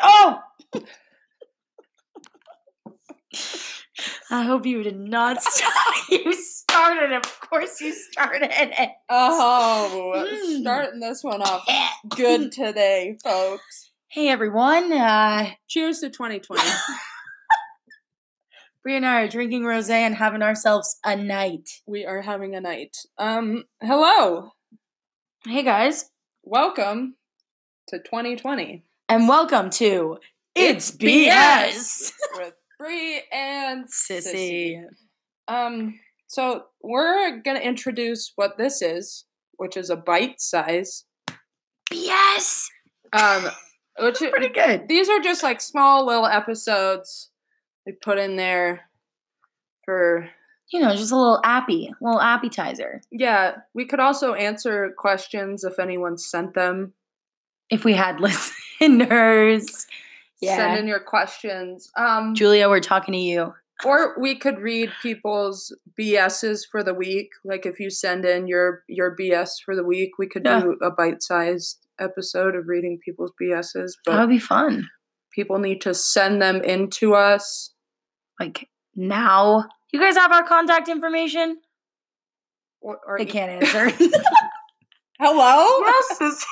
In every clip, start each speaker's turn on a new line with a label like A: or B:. A: Oh! I hope you did not start. you started, of course, you started it.
B: Oh,
A: Mm.
B: starting this one off good today, folks.
A: Hey everyone, uh,
B: Cheers to 2020.
A: Brie and I are drinking rosé and having ourselves a night.
B: we are having a night. Um, hello.
A: Hey guys,
B: Welcome to 2020
A: and welcome to It's BS
B: with Bree and
A: Sissy.
B: Um, so we're going to introduce what this is, which is a bite size.
A: BS.
B: Um, which
A: Pretty good.
B: these are just like small little episodes we put in there for
A: You know, just a little appy, little appetizer.
B: yeah we could also answer questions if anyone sent them
A: If we had listeners, yeah.
B: send in your questions um
A: Julia, we're talking to you.
B: or we could read people's bs's for the week like if you send in your your bs for the week we could
A: Yeah.
B: do a bite-sized episode of reading people's bs's
A: That
B: but
A: would be fun.
B: people need to send them in to us
A: Like now, you guys have our contact information.
B: or, or
A: They
B: e-
A: can't answer.
B: hello
A: yes,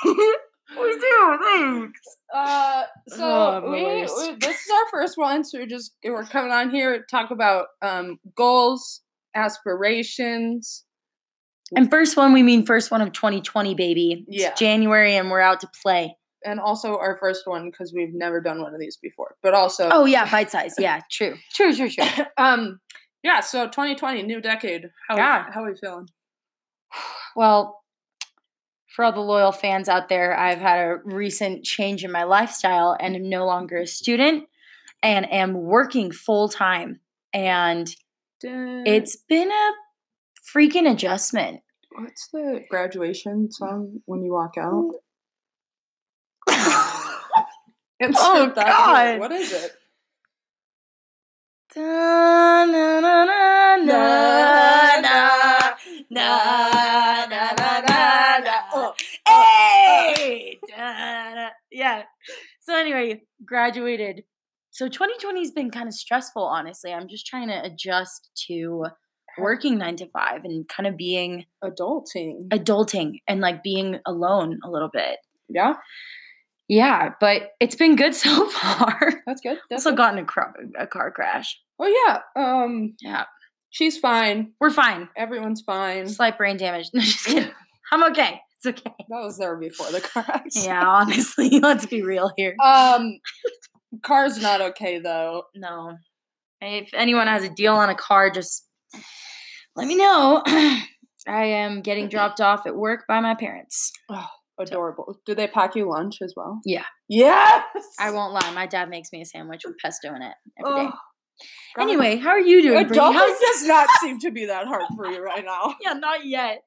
A: we do. Thanks. Oh,
B: Uh, so
A: I'm the
B: we,
A: worst.
B: we- this is our first one, so we're just we're coming on here to talk about um goals, aspirations.
A: And first one, we mean first one of 2020, baby. It's
B: Yeah.
A: January, and we're out to play.
B: And also our first one because we've never done one of these before. But also,
A: Oh, yeah, bite size. Yeah, true. True, true, true.
B: um, yeah. So 2020, new decade. How
A: Yeah.
B: we, how we feeling?
A: Well, for all the loyal fans out there, I've had a recent change in my lifestyle and am no longer a student and am working full time. And
B: Dun-
A: it's been a freaking adjustment.
B: what's the graduation song when you walk out? It's
A: Oh,
B: that-
A: God.
B: What is it?
A: Da, na, na, na, na, na, na, na, na, na, na.
B: Oh,
A: Hey! Da, da. Yeah. So anyway, graduated. So 2020 has been kind of stressful, honestly. I'm just trying to adjust to working nine to five and kind of being
B: adulting.
A: adulting and like being alone a little bit.
B: yeah,
A: Yeah, but it's been good so far.
B: that's good. That's
A: also gotten a, cr- a car crash.
B: Oh yeah. Um
A: Yeah.
B: she's fine.
A: We're fine.
B: Everyone's fine.
A: Slight brain damage. No, just kidding. I'm okay. It's okay.
B: That was there before the car accident.
A: Yeah, honestly, let's be real here.
B: Um car's not okay though.
A: No. If anyone has a deal on a car, just let me know. I am getting dropped off at work by my parents.
B: Adorable. Do they pack you lunch as well?
A: Yeah.
B: Yes.
A: I won't lie, my dad makes me a sandwich with pesto in it every day.
B: Ugh. God.
A: Anyway, how are you doing? Bree?
B: adulting
A: How's-
B: does not seem to be that hard for you right now.
A: yeah, not yet.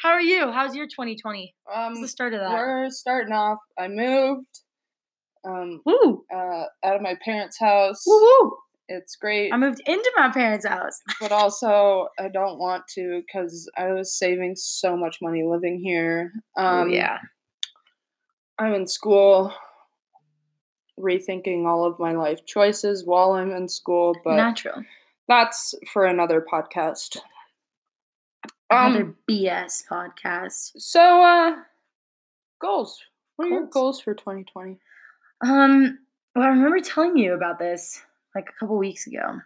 A: How are you? How's your 2020? How's
B: Um
A: the start of that?
B: we're starting off. I moved um
A: Woo!
B: uh out of my parents' house.
A: Woo!
B: It's great.
A: I moved into my parents' house.
B: but also I don't want to because I was saving so much money living here. Um, I'm in school, rethinking all of my life choices while I'm in school, but
A: natural.
B: that's for another podcast. Um,
A: Another BS podcast.
B: so uh, goals. What are your
A: Goals?
B: goals for 2020?
A: Um, well, I remember telling you about this like a couple weeks ago.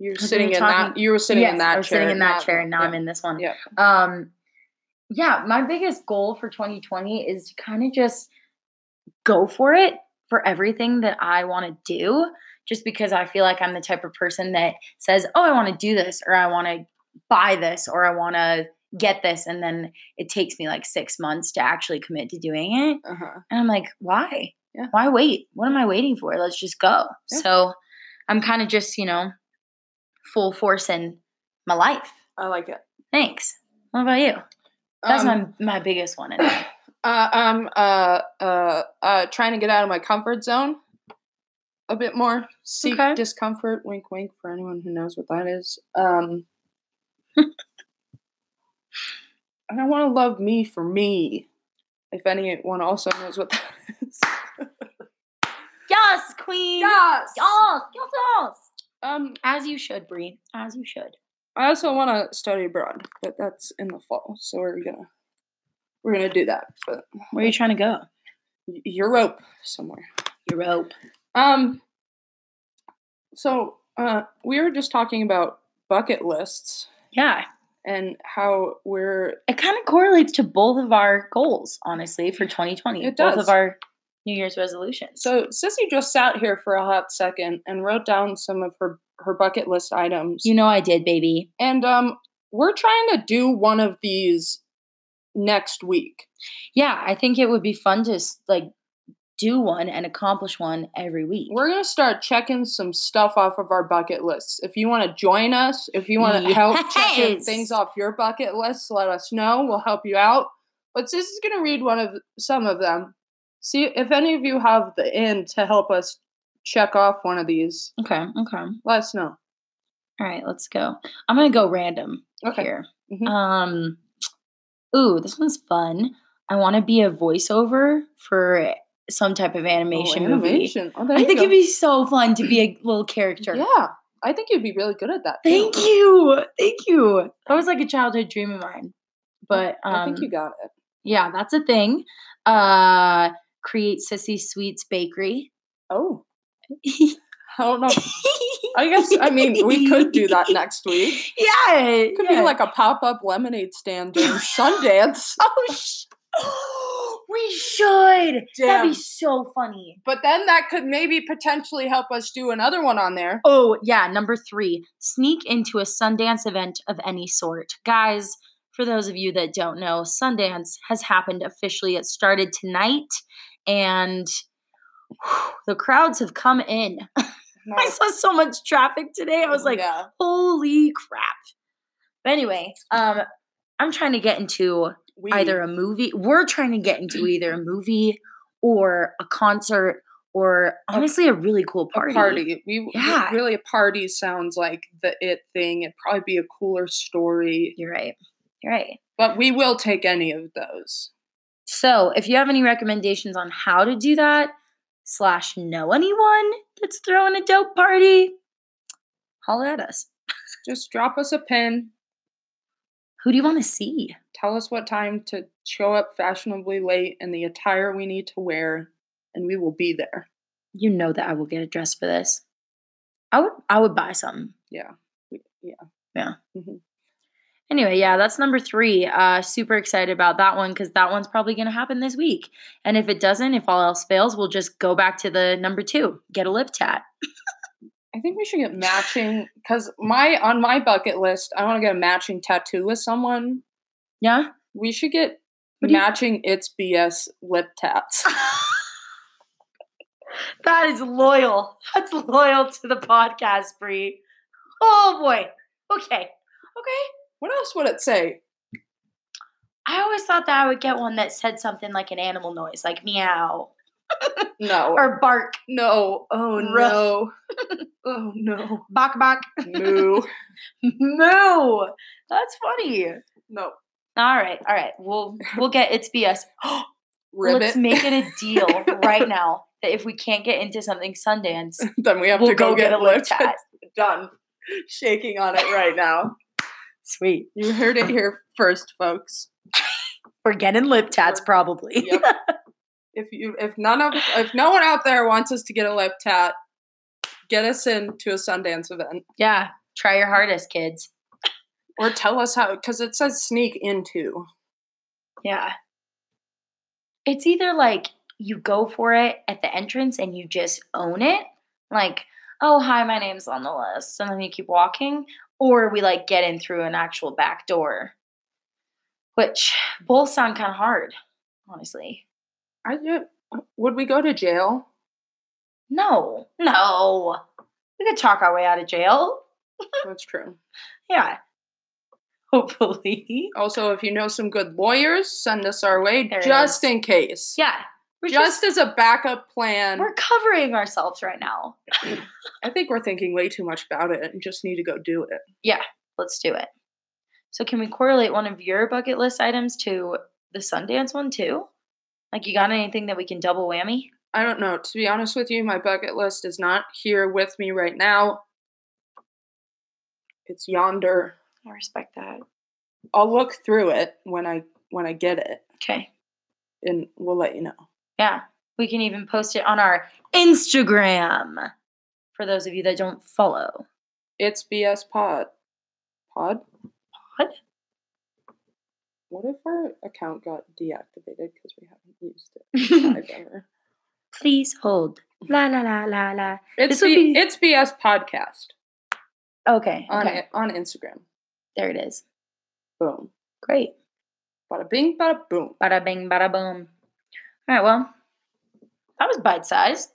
B: You're
A: Because we
B: sitting
A: were
B: in that.
A: talking-
B: You were sitting in
A: Yes,
B: that
A: I was
B: chair.
A: sitting in that
B: not-
A: chair, and now I'm
B: yeah,
A: in this one.
B: yeah.
A: Um, yeah, my biggest goal for 2020 is to kind of just go for it for everything that I want to do, just because I feel like I'm the type of person that says, "Oh, I want to do this," or "I want to buy this," or "I want to get this," and then it takes me like six months to actually commit to doing it.
B: Uh-huh.
A: And I'm like, why?
B: Yeah.
A: Why wait? What am I waiting for? Let's just go.
B: Yeah.
A: So I'm kind of just, you know, full force in my life.
B: I like it.
A: Thanks. What about you? That's
B: Um,
A: my my biggest one. in life.
B: Uh, I'm uh, uh, uh, trying to get out of my comfort zone a bit more. Seek
A: Okay.
B: discomfort. Wink, wink. For anyone who knows what that is. Um, and I want to love me for me. If anyone also knows what that is.
A: yes, queen.
B: Yes.
A: Y'all, y'all, y'all.
B: Um,
A: As you should, Bree. As you should.
B: I also want to study abroad, but that's in the fall, so we're gonna we're gonna do that. But
A: Where are you trying to go?
B: Eu- Europe somewhere.
A: Europe.
B: Um. So uh, we were just talking about bucket lists
A: Yeah.
B: and how we're
A: It kind of correlates to both of our goals, honestly, for 2020.
B: It
A: Both
B: does.
A: of our New Year's resolutions.
B: so Sissy just sat here for a hot second and wrote down some of her her bucket list items.
A: you know I did, baby.
B: And um, we're trying to do one of these next week.
A: Yeah, I think it would be fun to s- like do one and accomplish one every week.
B: We're gonna start checking some stuff off of our bucket lists. If you want to join us, if you want to help check
A: Yes.
B: things off your bucket list, let us know. We'll help you out. But this is gonna read one of some of them. See if any of you have the in to help us check off one of these.
A: okay, okay. All
B: Let us know.
A: right, let's go. I'm gonna go random.
B: Okay.
A: here.
B: Mhm.
A: Um, ooh, this one's fun. I want to be a voiceover for some type of animation,
B: Oh,
A: movie.
B: animation. Oh, there
A: I
B: you
A: think
B: go.
A: it'd be so fun to be a little character.
B: Yeah, I think you'd be really good at that. too.
A: Thank you, thank you. That was like a childhood dream of mine. But um,
B: Oh, I think you got it.
A: yeah, that's a thing. Uh, create Sissy Sweets Bakery.
B: Oh, I don't know. I guess I mean we could do that next week.
A: Yeah,
B: It could
A: yeah.
B: be like a pop-up lemonade stand during Sundance.
A: oh, sh- we should. That'd
B: Damn.
A: be so funny.
B: But then that could maybe potentially help us do another one on there.
A: Oh, yeah. Number three, sneak into a Sundance event of any sort. Guys, for those of you that don't know, Sundance has happened officially. It started tonight, and whew, the crowds have come in. I saw so much traffic today. I was like,
B: yeah.
A: holy crap. But anyway, um, I'm trying to get into
B: we,
A: either a movie. We're trying to get into either a movie or a concert or honestly a really cool
B: a
A: party.
B: party. We
A: Yeah.
B: yeah. really a party sounds like the it thing. It'd probably be a cooler story.
A: You're right. You're right.
B: But we will take any of those.
A: So if you have any recommendations on how to do that, slash know anyone that's throwing a dope party, holler at us.
B: Just drop us a pin.
A: Who do you want to see?
B: Tell us what time to show up fashionably late and the attire we need to wear, and we will be there.
A: You know that I will get a dress for this. I would I would buy some.
B: We- Yeah.
A: Anyway, yeah, that's number three. Uh, super excited about that one because that one's probably going to happen this week. And if it doesn't, if all else fails, we'll just go back to the number two, get a lip tat.
B: I think we should get matching because my on my bucket list, I want to get a matching tattoo with someone.
A: Yeah?
B: We should get
A: What do you-
B: matching its BS lip tats.
A: that is loyal. That's loyal to the podcast, Bree. Oh boy. Okay. Okay.
B: what else would it say?
A: I always thought that I would get one that said something like an animal noise, like meow
B: No.
A: or bark,
B: no. Oh
A: Rough.
B: no. oh no.
A: bark, bark,
B: Moo.
A: moo. That's funny.
B: No.
A: All right, all right. We'll we'll get it's BS.
B: Ribbit.
A: Let's make it a deal right now that if we can't get into something Sundance,
B: then we have
A: we'll
B: to go, get,
A: a lip tat.
B: Done. Shaking on it right now.
A: Sweet.
B: You heard it here first, folks.
A: We're getting lip tats probably.
B: Yep. if you if none of if no one out there wants us to get a lip tat, get us into a Sundance event.
A: Yeah. Try your hardest, kids.
B: Or tell us how, because it says sneak into.
A: Yeah. It's either like you go for it at the entrance and you just own it, like, oh hi, my name's on the list, and then you keep walking, or we like get in through an actual back door. Which both sound kinda hard, honestly.
B: I don't- would we go to jail?
A: No, no. We could talk our way out of jail.
B: That's true.
A: Yeah. Hopefully.
B: Also, if you know some good lawyers, send us our way
A: There it
B: just
A: is.
B: in case.
A: Yeah. We're
B: Just,
A: just,
B: as a backup plan.
A: we're covering ourselves right now.
B: I think we're thinking way too much about it and just need to go do it.
A: Let's do it. So can we correlate one of your bucket list items to the Sundance one too? Like you got anything that we can double whammy?
B: I don't know. To be honest with you, my bucket list is not here with me right now. It's yonder.
A: I respect that.
B: I'll look through it when I when I get it
A: Okay.
B: and we'll let you know.
A: Yeah. We can even post it on our Instagram for those of you that don't follow.
B: It's BS Pod. Pod?
A: Pod?
B: What if our account got deactivated because we haven't used it in five ever?
A: Please hold. La la la la la.
B: It's
A: This would
B: B-
A: be-
B: it's BS Podcast
A: Okay.
B: on
A: okay.
B: it on Instagram.
A: There it is.
B: Boom.
A: Great.
B: Bada bing, bada boom.
A: Bada bing, bada boom. All right. Well, that was bite sized.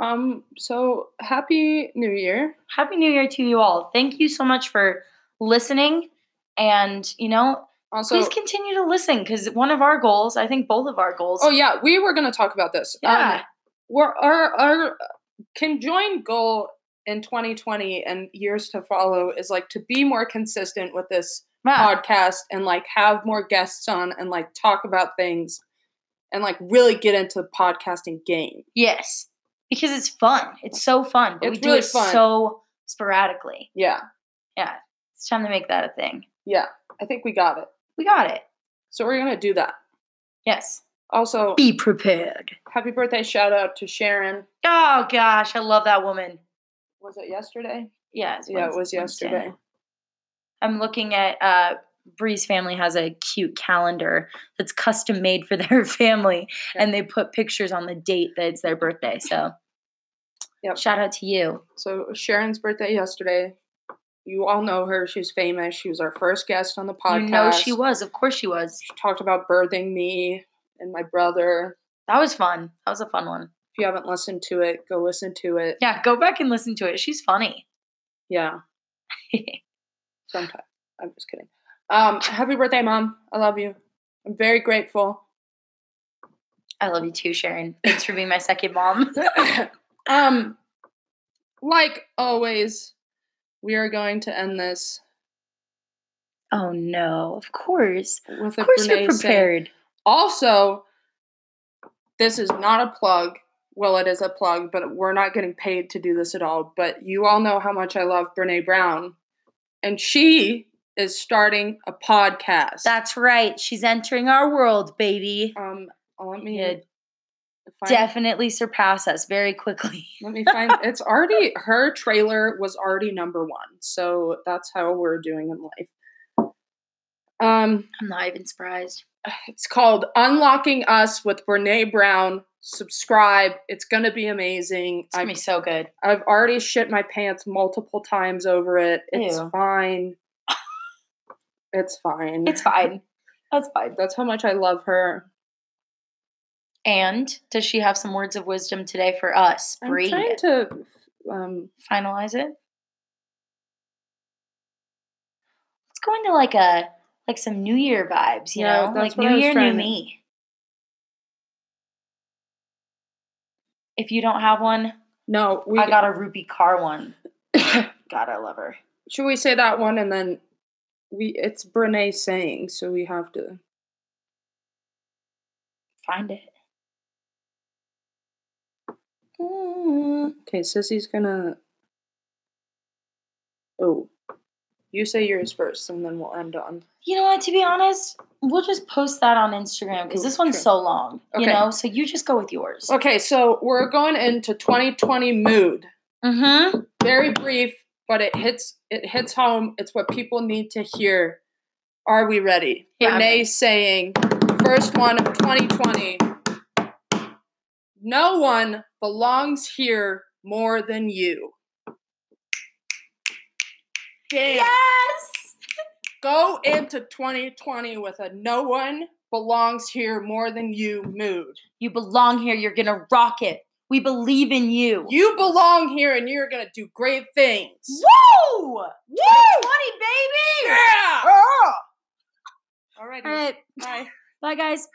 B: Um. So happy New Year.
A: Happy New Year to you all. Thank you so much for listening. And, you know,
B: Also,
A: please continue to listen because one of our goals, I think both of our goals.
B: oh yeah, we were gonna talk about this. Um,
A: Yeah.
B: we're our our conjoined goal in 2020 and years to follow is like to be more consistent with this
A: yeah.
B: podcast and like have more guests on and like talk about things and like really get into the podcasting game.
A: Yes, because it's fun. It's so fun. But
B: It's
A: we do
B: really
A: it
B: fun.
A: so sporadically.
B: Yeah,
A: It's time to make that a thing.
B: yeah, I think we got it.
A: We got it.
B: So we're gonna do that.
A: Yes.
B: Also,
A: Be prepared.
B: happy birthday shout out to Sharon.
A: Oh gosh, I love that woman.
B: Was it yesterday?
A: Yeah. it's
B: Yeah, it
A: Wednes-
B: was
A: Wednesday.
B: yesterday.
A: I'm looking at uh Bree's family has a cute calendar that's custom made for their family,
B: Yeah.
A: and they put pictures on the date that it's their birthday. So,
B: Yep.
A: shout out to you.
B: So Sharon's birthday yesterday. You all know her. She's famous. She was our first guest on the podcast.
A: You know she was. Of course she was.
B: She talked about birthing me and my brother.
A: That was fun. That was a fun one.
B: If you haven't listened to it, go listen to it.
A: Yeah, go back and listen to it. She's funny.
B: Yeah, sometimes. I'm just kidding. Um, happy birthday, mom. I love you. I'm very grateful.
A: I love you too, Sharon. Thanks for being my second mom.
B: um, like always, we are going to end this
A: Oh no, of course.
B: with a
A: Of course you're
B: Brene saying-
A: prepared.
B: Also, this is not a plug. Well, it is a plug, but we're not getting paid to do this at all. But you all know how much I love Brene Brown. And she is starting a podcast.
A: That's right. She's entering our world, baby.
B: um let me
A: Yeah,
B: find
A: definitely surpass us very quickly.
B: let me find it's already her trailer was already number one. So that's how we're doing in life. Um
A: I'm not even surprised.
B: It's called Unlocking Us with Brene Brown. Subscribe. It's going to be amazing.
A: It's
B: I,
A: gonna be so good.
B: I've already shit my pants multiple times over it. It's
A: Ew.
B: fine. it's fine.
A: It's fine. That's fine.
B: That's how much I love her.
A: And does she have some words of wisdom today for us?
B: I'm
A: Bree,
B: trying to. Um,
A: finalize it. Let's go into like a like some New Year vibes, you
B: Yeah,
A: know, like
B: that's what I
A: New
B: was
A: Year,
B: trying
A: New
B: to-
A: Me. If you don't have one,
B: no, we.
A: I got a Ruby Car one. God, I love her.
B: should we say that one and then we? It's Brene saying, so we have to.
A: Find it. Mm.
B: Okay, Sissy's gonna. Oh, you say yours first, and then we'll end on.
A: You know what? To be honest, we'll just post that on Instagram because
B: Ooh,
A: this one's
B: true.
A: so long.
B: Okay.
A: You know, so you just go with yours.
B: Okay, so we're going into 2020 mood.
A: Mm-hmm.
B: Very brief, but it hits it hits home. It's what people need to hear. Are we ready?
A: Yeah, I'm
B: Renee saying, first one of 2020. No one belongs here more than you. Damn.
A: Yes.
B: Go into 2020 with a no one belongs here more than you mood.
A: You belong here. You're going to rock it. We believe in you.
B: You belong here and you're gonna do great things.
A: Woo! Woo! 20, baby!
B: Yeah!
A: Ah!
B: Alrighty.
A: All right.
B: Bye.
A: Bye, guys.